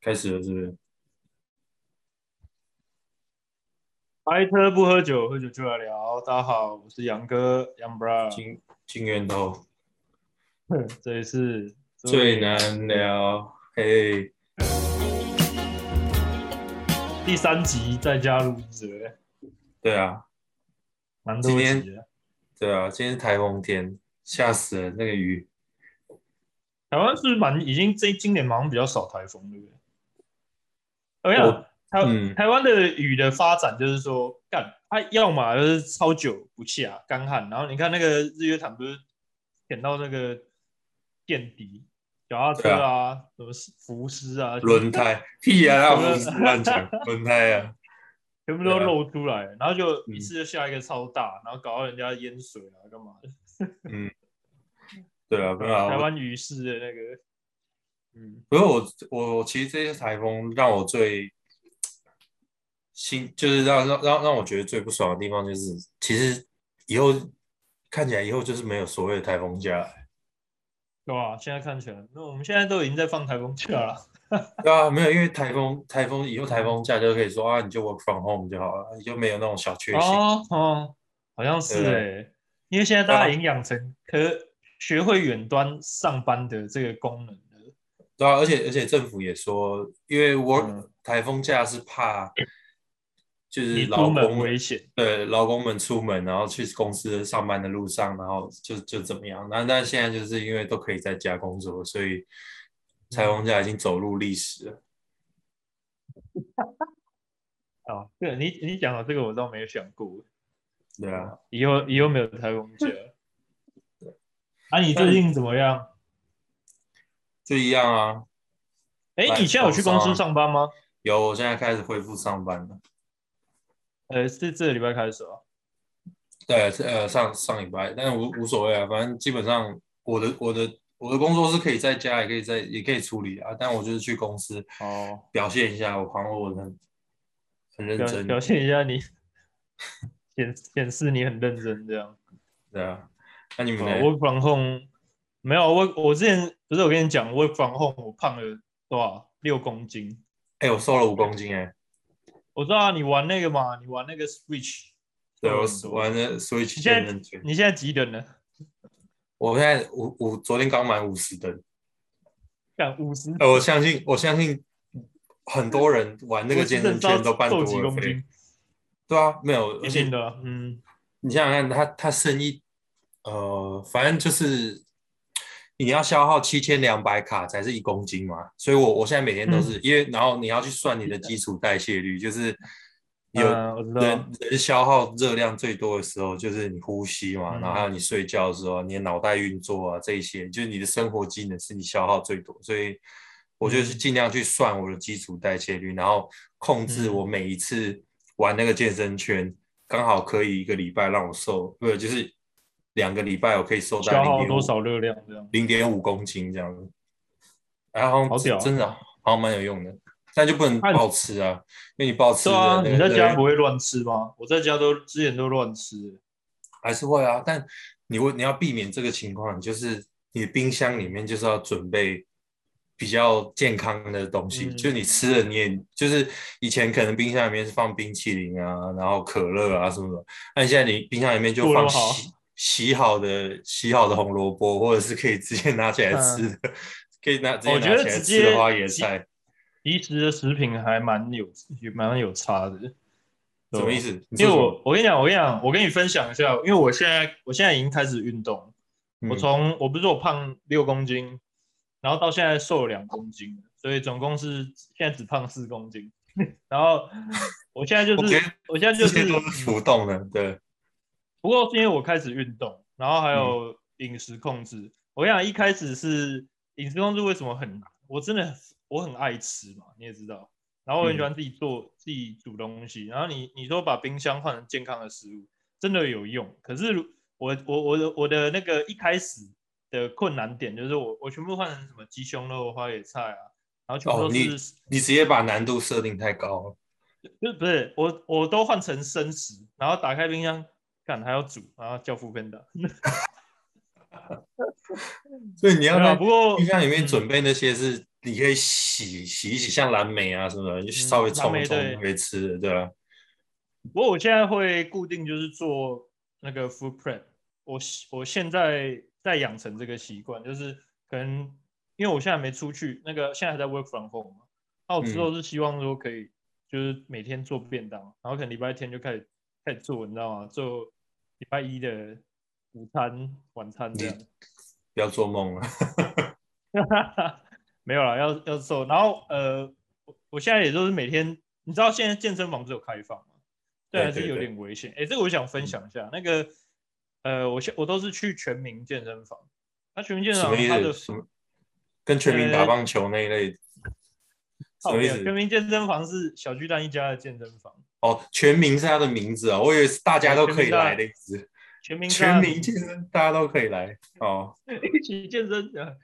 开始了，是不是？白车不喝酒，喝酒就来聊。大家好，我是杨哥杨 bra，金金源头这一次最难聊，嘿，第三集再加入职，对啊，蛮多今集的。对啊，今天是台风天，吓死了，那个雨台湾是不是蛮已经这今年好像比较少台风，对不对？我跟你我讲，台、嗯台湾的雨的发展就是说，干它要么就是超久不下干旱，然后你看那个日月潭不是舔到那个垫底，脚踏车对啊，什么浮尸啊，轮胎，屁啊，那不是什么乱 讲，轮胎啊，全部都对啊嗯露出来，然后就一次就下一个超大，然后搞到人家淹水啊，干嘛的？对啊，没有啊，台我湾鱼市的那个，嗯，不过我我我其实这些台风让我最心就是让让让让我觉得最不爽的地方就是，其实以后看起来以后就是没有所谓的台风假，对吧、现在看起来，那我们现在都已经在放台风假了。 对啊，没有，因为台风台风以后台风假就可以说啊，你就 work from home 就好了，你就没有那种小确幸。哦哦，好像是对哎、啊因为现在大对啊家已经养成可学会远端上班的这个功能了。对啊，而且而且政府也说，因为 work、嗯台风假是怕就你是劳出门工危险，对，劳工们出门，然后去公司上班的路上，然后就就怎么样？那那现在就是因为都可以在家工作，所以嗯裁缝家已经走入历史了。哦，对你你讲到这个，我倒没有想过，对啊，以后以后没有台风 假。啊，你最近怎么样？就一样啊。哎、来你现在有去公早司上上班吗？有，我现在开始恢复上班了。呃，是这个礼拜开始哦。对，是呃，上上礼拜，但无无所谓啊，反正基本上我的我的我的工作是可以在家，也可以在也可以处理啊。但我就是去公司哦，表现一下，我好像我很很认表真，表现一下你， 显显示你很认真这样。对啊。那你们呢？哦我 work from home 没有我我之前不是我跟你讲 work from home 我胖了多少六公斤，哎、我瘦了五公斤哎、我知道、啊、你玩那个嘛，你玩那个 Switch，对，我瘦了玩的 Switch 你现在健身圈，你现在几等了？我现在五五昨天刚满五十等。干五十，呃，我相信我相信很多人玩那个健身圈都办多瘦几了公肥，斤，对啊，没有，一而且定的啊，嗯，你想想看，他他生意，呃，反正就是你要消耗七千两百卡才是一公斤嘛，所以我我现在每天都是、因为，然后你要去算你的基础代谢率，就是有人、嗯我知道，人消耗热量最多的时候，就是你呼吸嘛，嗯然后还有你睡觉的时候，你的脑袋运作啊这一些，就是你的生活机能是你消耗最多，所以我就是嗯尽量去算我的基础代谢率，然后控制嗯我每一次玩那个健身圈，刚好可以一个礼拜让我瘦，不是就是两个礼拜我可以瘦到消零耗点多五少热量这样，零点五公斤这样子，然后好屌真的好像蛮有用的，但就不能那你暴吃啊，因为你暴吃对啊，了你在家对不会乱吃吗？我在家都之前都乱吃，还是会啊，但你会你要避免这个情况，就是你冰箱里面就是要准备比较健康的东西，嗯就你吃了你也就是以前可能冰箱里面是放冰淇淋啊，然后可乐啊什么的，那你现在你冰箱里面就做得放好洗洗好的洗好的红萝卜，或者是可以直接拿起来吃的，可以拿直接嗯我觉拿得起来直吃的接花椰菜，即食的食品还蛮有也蛮有差的，什么意？思？你哦因说为什么我我跟你讲，我跟你讲，我跟你分享一下，因为我现在我现在已经开始运动，嗯我从我不是说我胖六公斤，然后到现在瘦了两公斤，所以总共是现在只胖四公斤， 然后我现在就我是觉得我现在就这是些都是浮动的，对，不过是因为我开始运动，然后还嗯有饮食控制。我跟你讲，一开始是饮食控制为什么很难？我真的我很爱吃嘛，你也知道。然后我很嗯喜欢自己做、自己煮东西。然后你你说把冰箱换成健康的食物，真的有用。可是如我我我的我的那个一开始的困难点就是我我全部换成什么鸡胸肉、花野菜啊，然后全部哦都你是、你直接把难度设定太高了。就是不是我我都换成生食，然后打开冰箱，看还要煮，然后叫副便当。所以你要没有在不过 冰箱里面嗯准备那些是你可以洗洗一洗，像蓝莓啊什么的，你就稍微冲一嗯蓝莓冲对就可以吃了，对啊吧、不过我现在会固定就是做那个 food prep，我习我现在在养成这个习惯，就是可能因为我现在没出去，那个现在还在 work from home 嘛，那我之后是希望说可以就是每天做便当，然后可能礼拜天就开始开始做，你知道吗？做礼拜一的午餐、晚餐这样。不要做梦了。没有啦，要要瘦。然后呃，我我现在也就是每天，你知道现在健身房只有开放吗？对，对还是对有对嗯点危险。哎、这个我想分享一下，那个呃，我现我都是去全民健身房，那全民健身什房么意啊它的呃思？什么？跟全民打棒球那一类？什靠么没意有思全？民健身房是小巨蛋一家的健身房，哦，全民是他的名字啊、我以为是大家都可以来的意思。全民全民大健身，大家都可以来。哦， 一起健身的。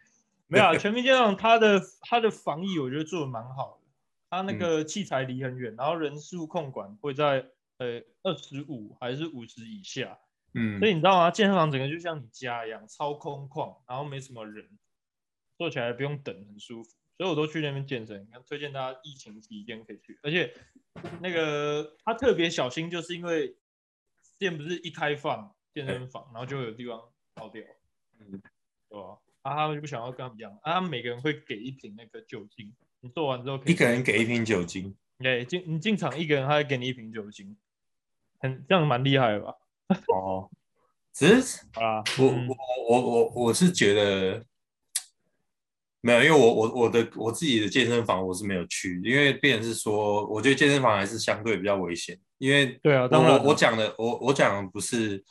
没有、啊，全民健身房它的它的防疫我觉得做的蛮好的，它嗯那个器材离很远，然后人数控管会在呃二十五还是五十以下，嗯所，以你知道吗？健身房整个就像你家一样，超空旷，然后没什么人，坐起来不用等，很舒服。所以我都去那边健身，推荐大家疫情期间可以去。而且那个他特别小心，就是因为之前不是一开放健身房，然后就有地方爆掉，嗯对吧？啊，他们就不想要跟他们一样，啊，他们每个人会给一瓶那个酒精，你做完之后可以一个人给一瓶酒精，对进你进场一个人，他会给你一瓶酒精，很这样蛮厉害的吧？哦，只是好啦，我嗯我我我我是觉得没有，因为我我我的我自己的健身房我是没有去，因为变成是说，我觉得健身房还是相对比较危险，因为对啊，我当然我了我讲的我我讲的不是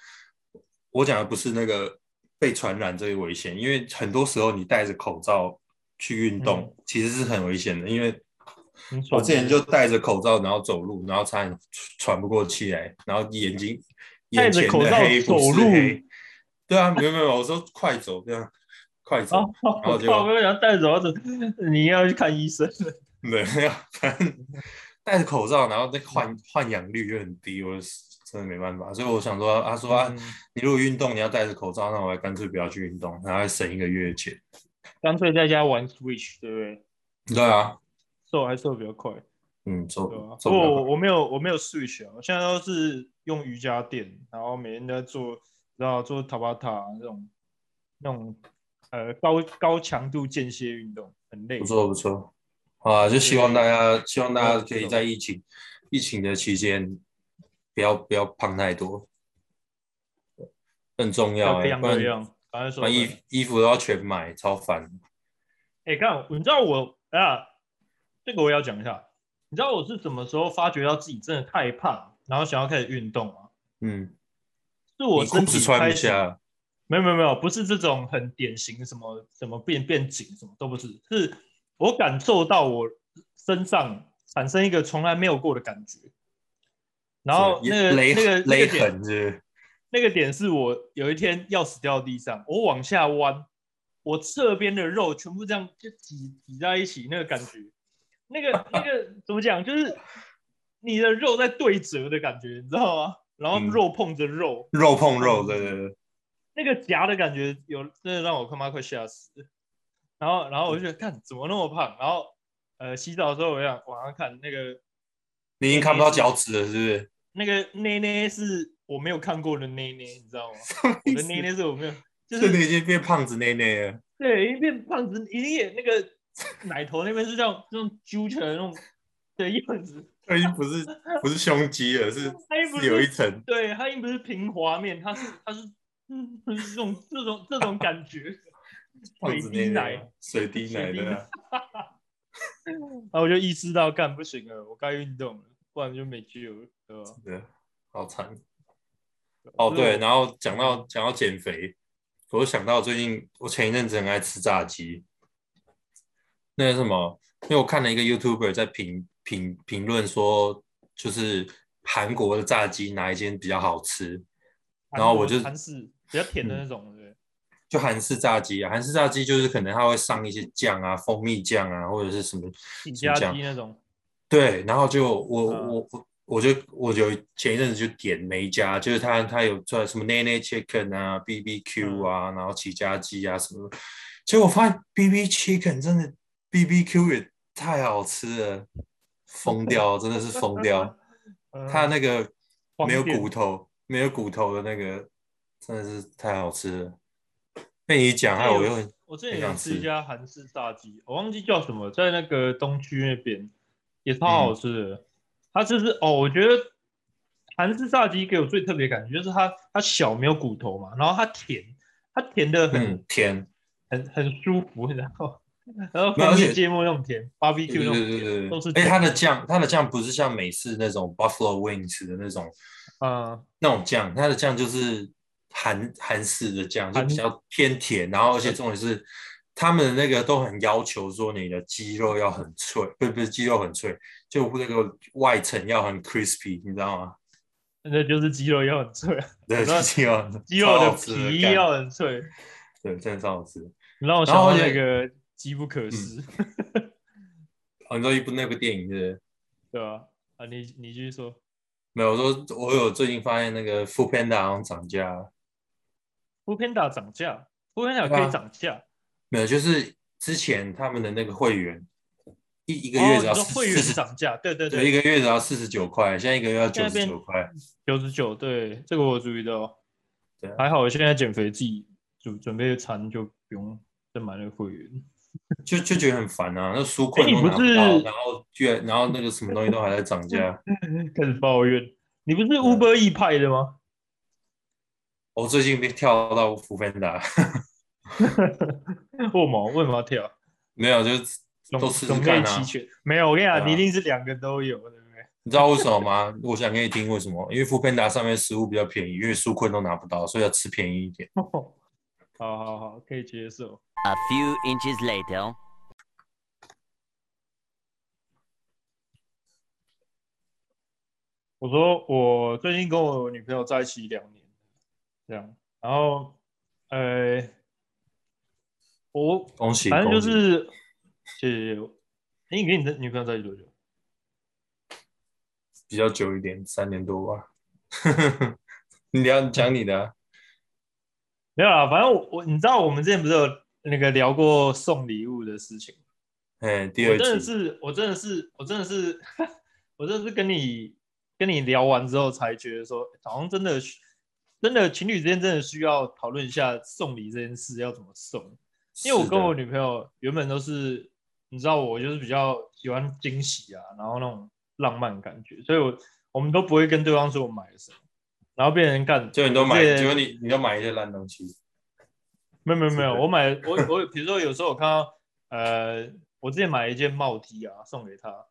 我讲的不是那个被传染这个危险，因为很多时候你戴着口罩去运动、嗯其实是很危险的，因为很爽我之前就戴着口罩然后走路，然后差点喘不过气来，然后眼睛 戴眼着前口的罩黑不走是路黑，对啊，没有没有，我说快走这样，快走，哦， 然后我就靠！我想带走，你要去看医生了。对，反正戴着口罩，然后那嗯换换氧率就很低，我是真的没办法，所以我想说，他说啊，嗯你如果运动你要戴着口罩，那我还干脆不要去运动，然后还省一个月的钱。 干脆在家玩 Switch，对不对？对啊，瘦还瘦得比较快，嗯，走对吧？走不不过了我我没有我没有 Switch 啊，我现在都是用瑜伽垫，然后每天都在做，然后做塔巴塔那种那种呃高高强度间歇运动，很累不。错不错，啊，就希望大家希望大家可以在疫情疫情的期间，不要不要胖太多，更重要要哎、培欸，养不培然养，反正不说然衣衣服都要全买，超烦。哎、看，你知道我啊，这个我也要讲一下。你知道我是什么时候发觉到自己真的太胖，然后想要开始运动吗？嗯，是我你裤身子体穿开不始，下，啊没有没有没有，不是这种很典型什么什么变变紧什么都不是，是我感受到我身上产生一个从来没有过的感觉。然后是那个勒那个那勒个点痕是不是那个点是我有一天钥匙掉地上，我往下弯，我侧边的肉全部这样就挤挤在一起，那个感觉，那个那 个怎么讲，就是你的肉在对折的感觉，你知道吗？然后嗯肉碰着肉，肉碰嗯肉，对对对，那个夹的感觉有真的让我他妈快吓死了。然后，然后我就觉得，看怎么那么胖。然后，呃，洗澡的时候我想往上看，那个你已经看不到脚趾了，是不是？那个内内是我没有看过的内内，你知道吗？我 的内内是我没有，就这是你已经变胖子内内了，对，一变胖子，一定也那个奶头那边是这样这种揪起来的那种的样子，这已经不是不是胸肌了， 是它哎又不是有一是，层。对，它又不是平滑面，它是它是嗯，这种这种这种感觉，胖水子滴内奶。内，水滴奶水滴奶的啊，然后我就意识到，干不行了，我该运动了，不然就没救了，对吧？对，好惨。哦，就是对，啊我然后讲到讲到减肥，我就想到最近我前一阵子很爱吃炸鸡，那个什么，因为我看了一个 YouTuber 在评评评论说，就是韩国的炸鸡哪一间比较好吃，然后我就嗯韩式比较甜的那种，对不对？就韩式炸鸡啊，韩式炸鸡就是可能它会上一些酱啊，蜂蜜酱啊，或者是什么起什么家酱鸡，那种，对，然后就我、嗯我我我就我就前一阵子就点了一家，就是他他有做什么 Nene Chicken 啊、BBQ 啊，然后起家鸡啊什么的，结果我发现 BB Chicken 真的 B B Q 也太好吃了，疯掉，真的是疯 掉。嗯它那个黄没有店骨头，没有骨头的那个，真的是太好吃了。被你讲，害我又很我之前很有想吃一吃家韩式炸鸡，我忘记叫什么，在那个东区那边也嗯超好吃的。它就是哦，我觉得韩式炸鸡给我最特别的感觉就是它它小没有骨头嘛，然后它甜，它甜的很、 嗯甜，很很舒服，然后然后没有蜂而且蜜芥末那种甜对，barbecue 对那种对甜，对都是对。哎，它的甜酱，它的酱不是像美式那种 buffalo wings 的那种嗯，那种酱，它的酱就是韩韩式的酱，就韩比较偏甜，然后而且重点是他们的那个都很要求说你的鸡肉要很脆，不是不是鸡肉很脆，就那个外层要很 crispy，你知道吗？那就是鸡肉要很脆，对，那鸡肉鸡肉超的好吃皮干要很脆，对，真的超好吃。你让我想然后嗯到而那且个机不可失，哦，你说一部那部电影是不是？ 对吧、啊？你你继续说。没有，我说我有最近发现那个 Food Panda 好像涨价了， f o o Panda 涨价 f o o Panda 对啊可以涨价，没有，就是之前他们的那个会员一一一个月只要哦、你说会员四十，涨价，对对对，一对，个月只要四十九块，现在一个月要现九在十变九块，九十九，对，这个我有注意到对啊。还好我现在减肥，自己准准备餐就不用再买那个会员。 就就觉得很烦啊。那书困哎你都不拿不到，是然后居然然后那个什么东西都还在涨价。开始抱怨，你不是啊 Uber E 派的吗？ 我最近被跳到 Food Panda，为什么哦为什么要跳？没有，就是种都试试种类看啊齐全，没有，我跟你对讲，啊你一定是两个都有，对不对？ 你知道为什么吗？ 我想给你听为什么，因为 Food Panda 上面食物比较便宜，因为书困都拿不到，所以要吃便宜一点。哦好好好，可以接受。 A few inches later. 我说我最近跟我女朋友在一起两年，这样，然后，呃，我恭喜，反正就恭喜是，谢谢谢谢。哎你跟你的女朋友在一起多久？比较久一点，三年多吧。 你聊讲你的啊、没有啦，反正我我你知道我们之前不是有那个聊过送礼物的事情？哎，第我二真的集，是，我真的是，我真的是，我真的是跟你跟你聊完之后才觉得说，好像真的需真的情侣之间真的需要讨论一下送礼这件事要怎么送。因为我是跟的我女朋友原本都是，你知道我就是比较喜欢惊喜啊，然后那种浪漫的感觉，所以我我们都不会跟对方说我买了什么，然后被人干，就你都买，对结果你你都买一些烂东西，没有没有没有，是的我买我我比如说有时候我看到呃，我之前买了一件帽 T 啊送给她，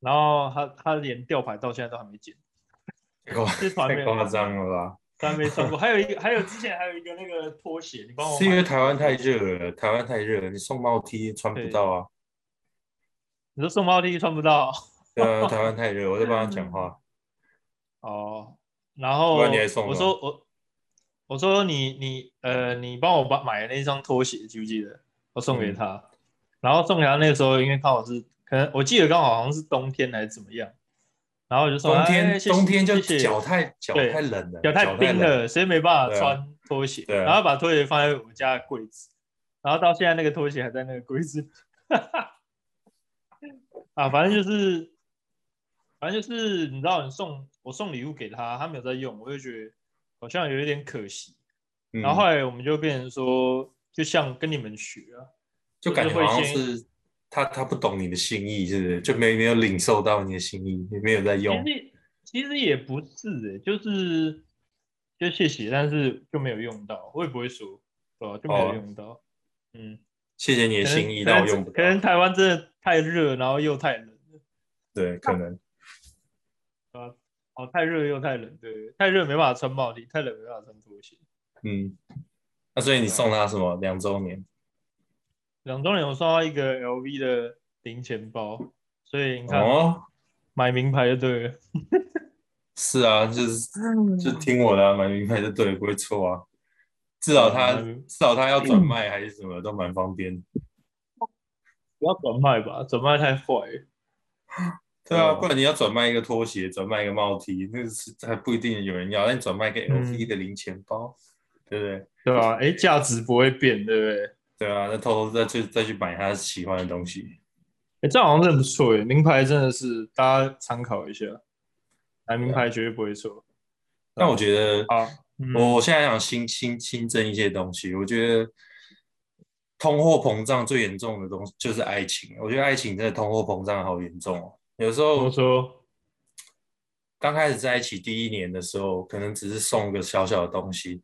然后她她连吊牌到现在都还没剪，哇，这从来没太有夸张了吧？都还没穿过。还有一个还有之前还有一个那个拖鞋，你帮我是因为买台湾太热了，台湾太热了，你送帽 T 穿不到啊。你说送帽 T 穿不到对啊，台湾太热，我在帮他讲话。哦，然后不然你还送我吗说我我说你你呃你帮我把买的那双拖鞋记不记得？我送给嗯她，然后送给她那个时候因为刚好是可能我记得刚好好像是冬天还是怎么样。然后我就送冬哎天谢谢冬天就谢谢脚太脚对太冷了，脚太冰冷。了，所以没办法对啊穿拖鞋。对啊然后把拖鞋放在我家的柜子，然后到现在那个拖鞋还在那个柜子。 啊，反正就是，反正就是，你知道，你送我送礼物给他，他没有在用，我就觉得好像有一点可惜。嗯然后后来我们就变成说，就像跟你们学啊，就感觉就是会好像先是他他不懂你的心意，是不是？就没没有领受到你的心意，也没有在用。其实其实也不是、欸，就是就谢谢，但是就没有用到，我也不会说，对啊吧、就没哦有用到，嗯。谢谢你的可能心意，可但我能用不可到。能台湾真的太热，然后又太冷，对，可能哦，太热又太冷，对，太热没办法穿帽 T，太冷没办法穿拖鞋。嗯。那所以你送他什么？两周年。两周年我送到一个 LV 的零钱包，所以你看、哦，买名牌就对了。是啊，就是就听我的啊、买名牌就对，不会错啊。至少他买名至少他要转卖还是什么都蛮方便。不要转卖吧，转卖太坏了。对啊，对啊不然你要转卖一个拖鞋，转卖一个帽 T，那是还不一定有人要。那你转卖一个嗯 LV 的零钱包，对不对？对啊，哎，价值不会变，对不对？对啊，那偷偷再去再去买他喜欢的东西。哎、这样好像真的不错哎，名牌真的是大家参考一下，买名牌绝对不会错。但我觉得，好，嗯我我现在想新新新增一些东西，我觉得通货膨胀最严重的东西就是爱情。我觉得爱情真的通货膨胀好严重哦。有时怎么候说？刚开始在一起第一年的时候，可能只是送个小小的东西，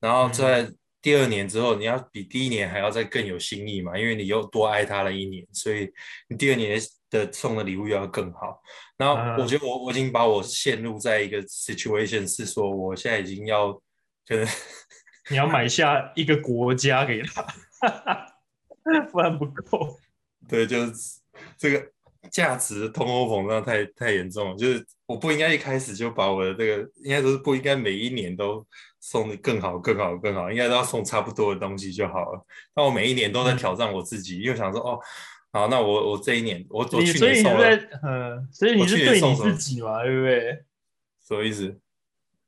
然后在第二年之后，你要比第一年还要再更有新意嘛，因为你又多爱他了一年，所以你第二年的送的礼物又要更好。然后我觉得我我已经把我陷入在一个 situation 是说，我现在已经要可能你要买下一个国家给他， 不然不够。对，就是这个价值通货膨胀太太严重了，就是我不应该一开始就把我的这个，应该说是不应该每一年都送的更好、更好、更好，应该都要送差不多的东西就好了。但我每一年都嗯在挑战我自己，因为想说哦，好，那我我这一年我我你去所以年你是送了在，嗯，所以你我是去年对送你什么自己嘛，对不对？什么意思？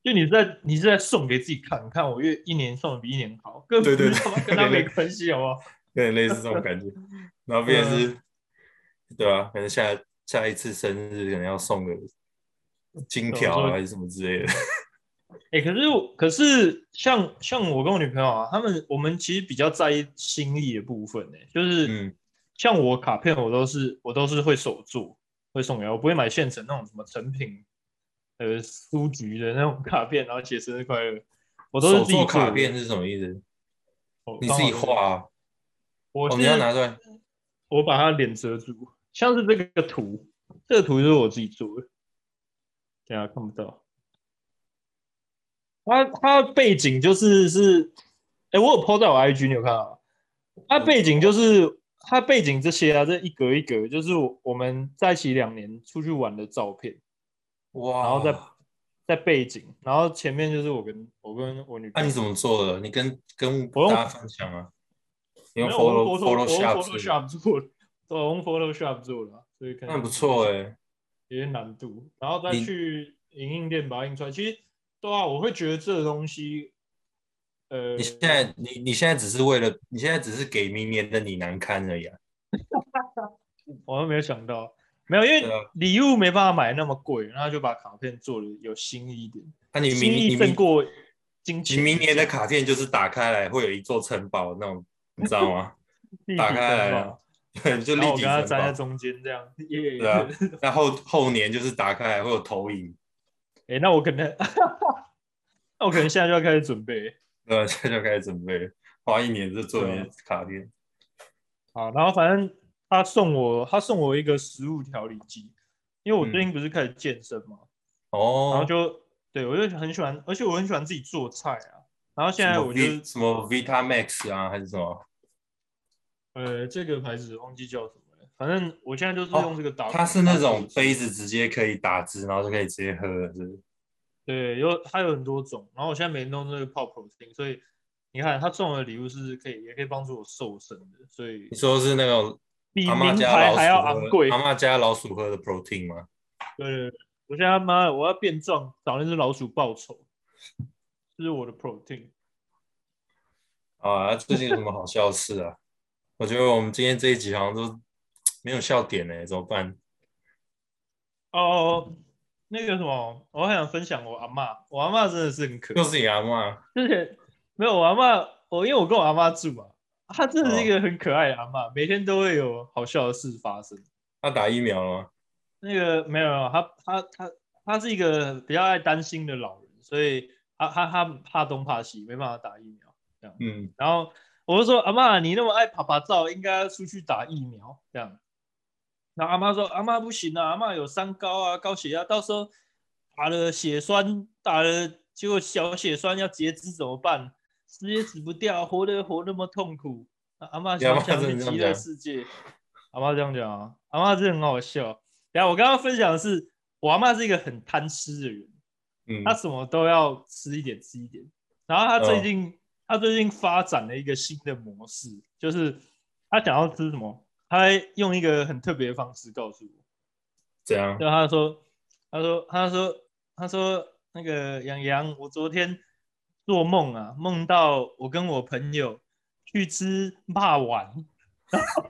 就你是在你是在送给自己看，看我越一年送的比一年好，根本对对不是他妈对跟他对没关系，好不好？有点类似这种 感觉。然后变成嗯是，对啊，可能下下一次生日可能要送个金条怎啊么哦说还是什么之类的。哎、可是我可是像像我跟我女朋友啊，他们我们其实比较在意心意的部分呢、欸就是、嗯像我卡片我都是我都是会手做，会送给她，我不会买现成那种什么成品，呃，书局的那种 卡片，然后写生日快乐，我都是手自己做做卡的片，是什么意思？哦你自己，刚好画啊？我哦，是你要拿出来。我把她脸遮住，像是这个图，这个图就是我自己做的，等一下看不到。它它的背景就是是，哎、我有 PO 在我 IG，你有看到吗？它背景就是它背景这些啊，这一格一格就是我我们在一起两年出去玩的照片，哇！然后再啊在背景，然后前面就是我跟我跟我女那、朋友。你怎么做的？你跟跟我用大家分享啊？你用没有我 Photo 用 Photoshop 是不是 Photoshop 做的，对，我用 Photoshop 做的啊，所以可能那很不错哎、有点难度，然后再你去影印店把它印出来。其实，对啊，我会觉得这个东西，呃，你现在你你现在只是为了你现在只是给明年的你难堪而已啊。我都没有想到，没有，因为对啊礼物没办法买那么贵，然后就把卡片做的有新意一点，那、你明心你意胜明过金你钱。明年的卡片就是打开来会有一座城堡那种，你知道吗？ 立体打开来城了堡，对，就然立后我体跟他城站在堡。中间这样，耶、对 啊，那后后年就是打开来会有投影，哎、那我可能，那我可能现在就要开始准备。 呃，现在就开始准备了，花一年就做你的对啊卡片。好，然后反正他送我，他送我一个食物调理机，因为我嗯最近不是开始健身嘛，哦，然后就对我就很喜欢，而且我很喜欢自己做菜啊。然后现什在么我就 V 什么 Vita Max 啊，还是什么？呃这个牌子忘记叫什么了，反正我现在就是哦用这个打。它是那种杯子直接可以打汁，然后就可以直接喝的，是不是对，有它有很多种，然后我现在每天都是泡 protein，所以你看他送我的礼物是可以也可以帮助我瘦身的，所以你说是那种比阿妈名家牌还要老昂鼠喝贵的，阿。妈家老鼠喝的 protein 吗？对对对，我现在妈的我要变壮，找那只老鼠报仇，这是我的 protein。啊，最近有什么好笑的事啊？我觉得我们今天这一集好像都没有笑点呢、怎么办？哦，那个什么，我还想分享我阿嬷，我阿嬷真的是很可又爱。是你阿妈，之前没有我阿嬷，我因为我跟我阿嬷住嘛，她真的是一个很可爱的阿嬷，每天都会有好笑的事发生。她打疫苗了吗？那个没有，没有她她她她是一个比较爱担心的老人，所以她她她怕东怕西，没办法打疫苗。嗯，然后我就说：“阿嬷，你那么爱拍拍照，应该要出去打疫苗。”这样，然后阿妈说：“阿妈不行啊，阿妈有三高啊，高血压，到时候打了血栓，打了结果小血栓要截肢怎么办？死也死不掉，活得活那么痛苦。啊”阿妈你阿想嬷想真的这去样极乐讲世界，阿妈这样讲啊，阿妈真的很好笑。然后我刚刚分享的是，我阿妈是一个很贪吃的人，嗯他什么都要吃一点吃一点。然后他最嗯近、他最近发展了一个新的模式，就是他想要吃什么，他会用一个很特别的方式告诉我。怎样？就啊他说，他说，他说，他说那个杨洋，我昨天做梦啊，梦到我跟我朋友去吃霸碗，然后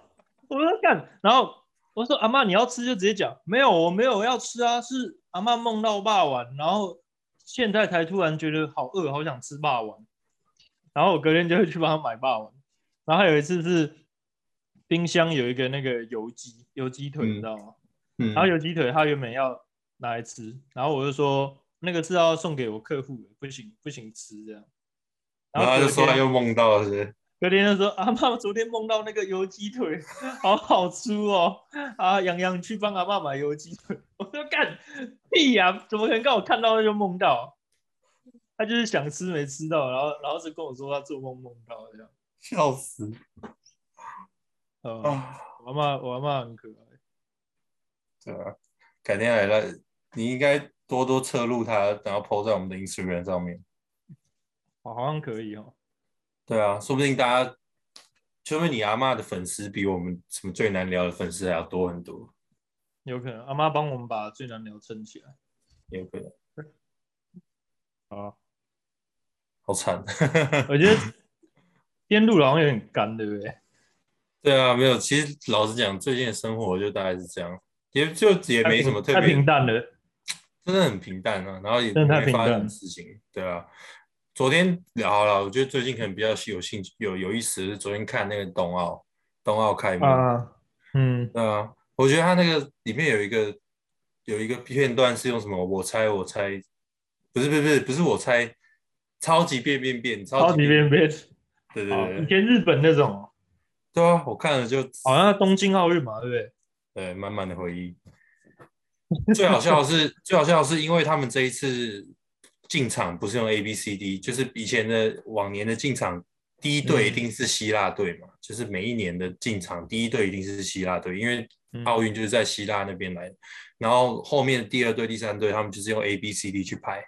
我说干，然后我说阿妈你要吃就直接讲，没有我没有要吃啊，是阿妈梦到霸碗，然后现在才突然觉得好饿，好想吃霸碗，然后我隔天就会去帮他买霸碗，然后还有一次是冰箱有一个那个油鸡油鸡腿，嗯你知道吗？嗯，然后油鸡腿他原本要拿来吃，然后我就说那个是要送给我客户的，不行不行吃这样。然后他就隔说哎他天又梦到了是隔天就说阿妈昨天梦到那个油鸡腿，好好吃哦。啊，洋洋去帮阿妈买油鸡腿，我说干屁呀、怎么可能刚好看到就梦到？他就是想吃没吃到，然后然后就跟我说他做梦梦到这样。不是，笑死呃、啊！我阿妈我阿妈很可爱，对啊，改天来了，你应该多多侧录他，然后 PO 在我们的 Instagram 上面。我好像可以哦。对啊，说不定大家，说不定你阿嬷的粉丝比我们什么最难聊的粉丝还要多很多，有可能阿妈帮我们把最难聊撑起来。也有可能，哦好，好惨。 我觉得边录好像有点干，对不对？对啊，没有，其实老实讲，最近的生活就大概是这样，也就也没什么特太别平，淡了。真的很平淡啊，然后也真的太没发平生什淡么事情，对啊。昨天聊好了，我觉得最近可能比较有兴趣、有有意思的是昨天看那个冬奥，冬奥开幕，啊，嗯，对啊，我觉得他那个里面有一个有一个片段是用什么？我猜，我猜，不是，不是，不是，不是我猜，超级变变变，超超级级变，边边。对哦对以对，前日本那种，对啊，我看了就好像东京奥运嘛，对不对？对满满的回忆。最好笑的是，最好笑的是，因为他们这一次进场不是用 A B C D，就是以前的往年的进场第一队一嗯定是希腊队嘛，就是每一年的进场第一队一定是希腊队，因为嗯奥运就是在希腊那边来的，然后后面第二队、第三队他们就是用 A、B、C、D 去排，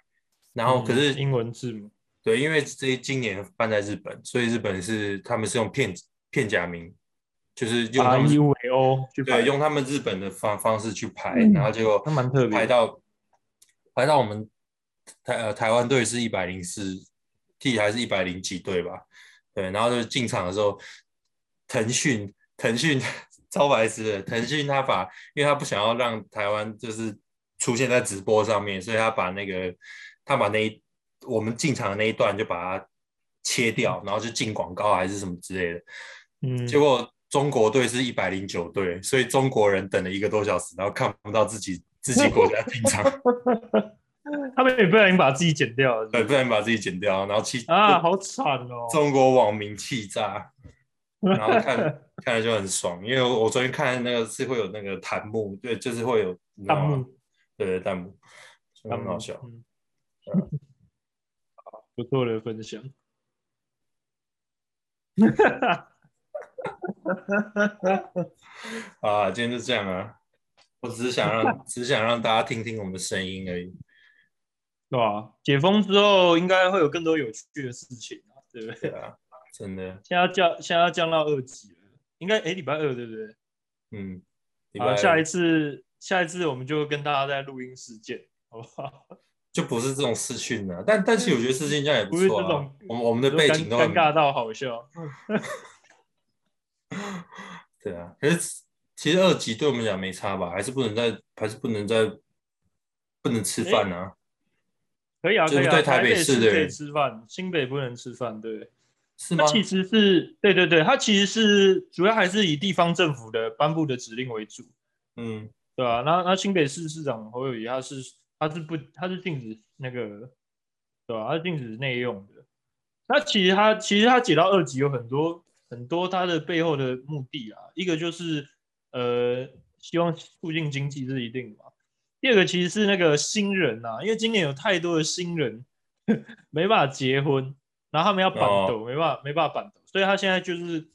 然后可是、嗯英文字母，对，因为这今年办在日本，所以日本是他们是用片片假名，就是用他啊，们以为哦，去排对用他们日本的方方式去排，嗯然后结果那蛮特别的排到排到我们台呃台湾队是一百零四 T 还是一百零几队吧？对，然后就进场的时候，腾讯腾讯 超白痴的，腾讯他把，因为他不想要让台湾就是出现在直播上面，所以他把那个他把那一我们进场的那一段就把它切掉，然后就进广告还是什么之类的。嗯，结果中国队是一百零九队，所以中国人等了一个多小时，然后看不到自己自己国家进 场，他们也不小心把自己剪掉了，对，是不不然把自己剪掉，然后气是啊，好惨哦，中国网民气炸，然后 看看了就很爽，因为我我昨天看那个是会有那个弹幕，对，就是会有你知道弹吗幕，对弹幕，就弹很幕好笑。嗯好不错的分享。啊，今天就这样啊，我只是想 让只是想让大家听听我们的声音而已。对吧？解封之后应该会有更多有趣的事情啊，对不对对？啊，真的，现在要降，现在要降到二级了，应该诶，礼拜二对不对？嗯，礼拜好，下二一次，下一次我们就跟大家在录音室见，好不 好？就不是这种视讯了、但但其实我觉得视讯这样也不是错这啊种。我们我们的背景都尴很尴尬到好笑，对啊，可是其实二级对我们讲没差吧，还是不能再还是不能再不能吃饭啊。可以啊，就可是以啊。对台台北市市的可以人吃饭，新北不能吃饭，对。是吗它？其实是对对对，它其实是主要还是以地方政府的颁布的指令为主，嗯，对吧、那那新北市市长侯友宜他是他是不他是禁止那个，对吧、他是禁止内用的。那其实他其实他解到二级有很多很多他的背后的目的啊，一个就是呃希望促进经济这是一定的嘛。第二个其实是那个新人呐、因为今年有太多的新人 没办法结婚，然后他们要板哦斗，没办法没办法板斗，所以他现在就是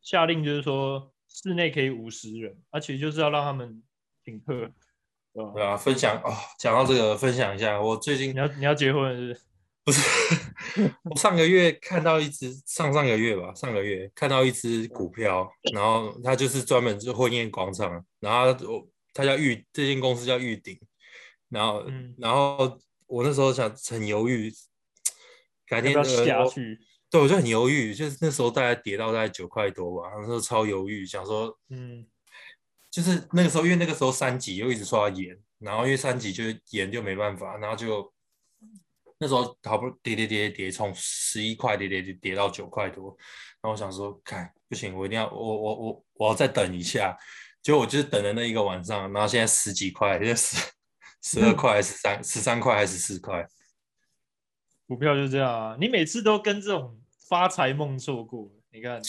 下令，就是说室内可以五十人，而、且就是要让他们请客，对吧？对啊，分享哦，讲到这个分享一下，我最近你要你要结婚了是不是？不是我上个月看到一只上上个月吧，上个月看到一只股票，然后它就是专门就是婚宴广场，然后它我它叫玉，这间公司叫玉鼎，然后、嗯然后我那时候想很犹豫，改要天不要呃下我去？对我就很犹豫，就是那时候大概跌到大概九块多吧，那时候超犹豫，想说嗯，就是那个时候，因为那个时候三级又一直说要延，然后因为三级就是延就没办法，然后就那时候好不容易跌跌跌跌从十一块跌跌跌跌到九块多，然后我想说，看不行，我一定要我我我我要再等一下，结果我就是等了那一个晚上，然后现在十几块，现在十十二块还是三十三块还是四块，股票就这样啊，你每次都跟这种发财梦错过，你看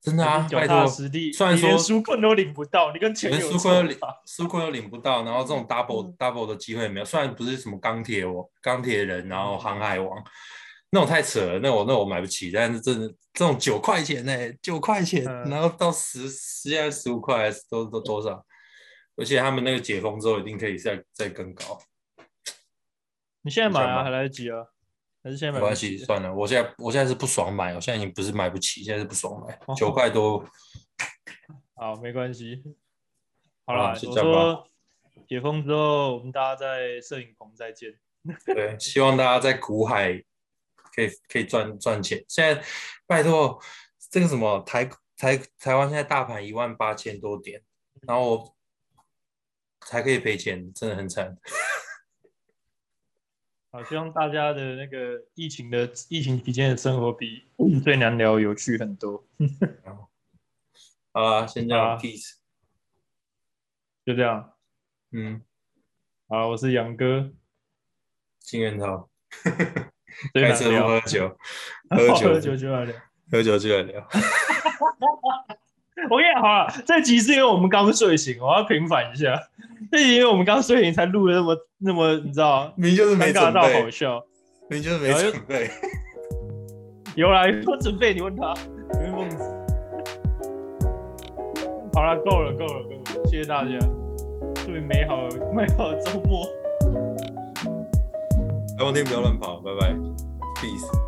真的啊，你脚拜踏托，实地，虽然你连说纾困都领不到，你跟钱连纾有仇困都领啊纾困又领不到，然后这种 double double 的机会也没有。虽然不是什么钢铁王、钢铁人，然后航海王那种太扯了，那我那我买不起。但是真的这种九块钱呢、九块钱，嗯 然后到十十现在十五块还是都都多少？而且他们那个解封之后，一定可以再再更高。你现在买想啊，买还来得及啊，还是现在买没啊不关系，起？算了，我现在我现在是不爽买，我现在已经不是买不起，现在是不爽买哦，九块多。好，没关系。好好啦，啦就我这样吧说解封之后，我们大家在摄影棚再见。对，希望大家在股海可以可以赚赚钱。现在拜托这个什么台台台湾现在大盘一万八千多点，嗯然后才可以赔钱，真的很惨。好，希望大家的那个疫情的疫情期间的生活比嗯最难聊有趣很多。好啦，先这好啊样，peace。就这样，嗯，好，我是杨哥，金元涛，最开难车不聊喝，酒， 喝喝酒酒就来聊。喝酒就来聊。我跟你讲好了，这集是因为我们刚睡醒，我要平反一下。这集因为我们刚睡醒才录的那么那么，你知道，明明就是尴没尬准到好备，笑。明明就是没准备。 有啦，有准备，你问他，有没有孟子？好了，够了，够了，够了，谢谢大家，祝你美好美好的周末。台湾天不要乱跑，拜拜，peace。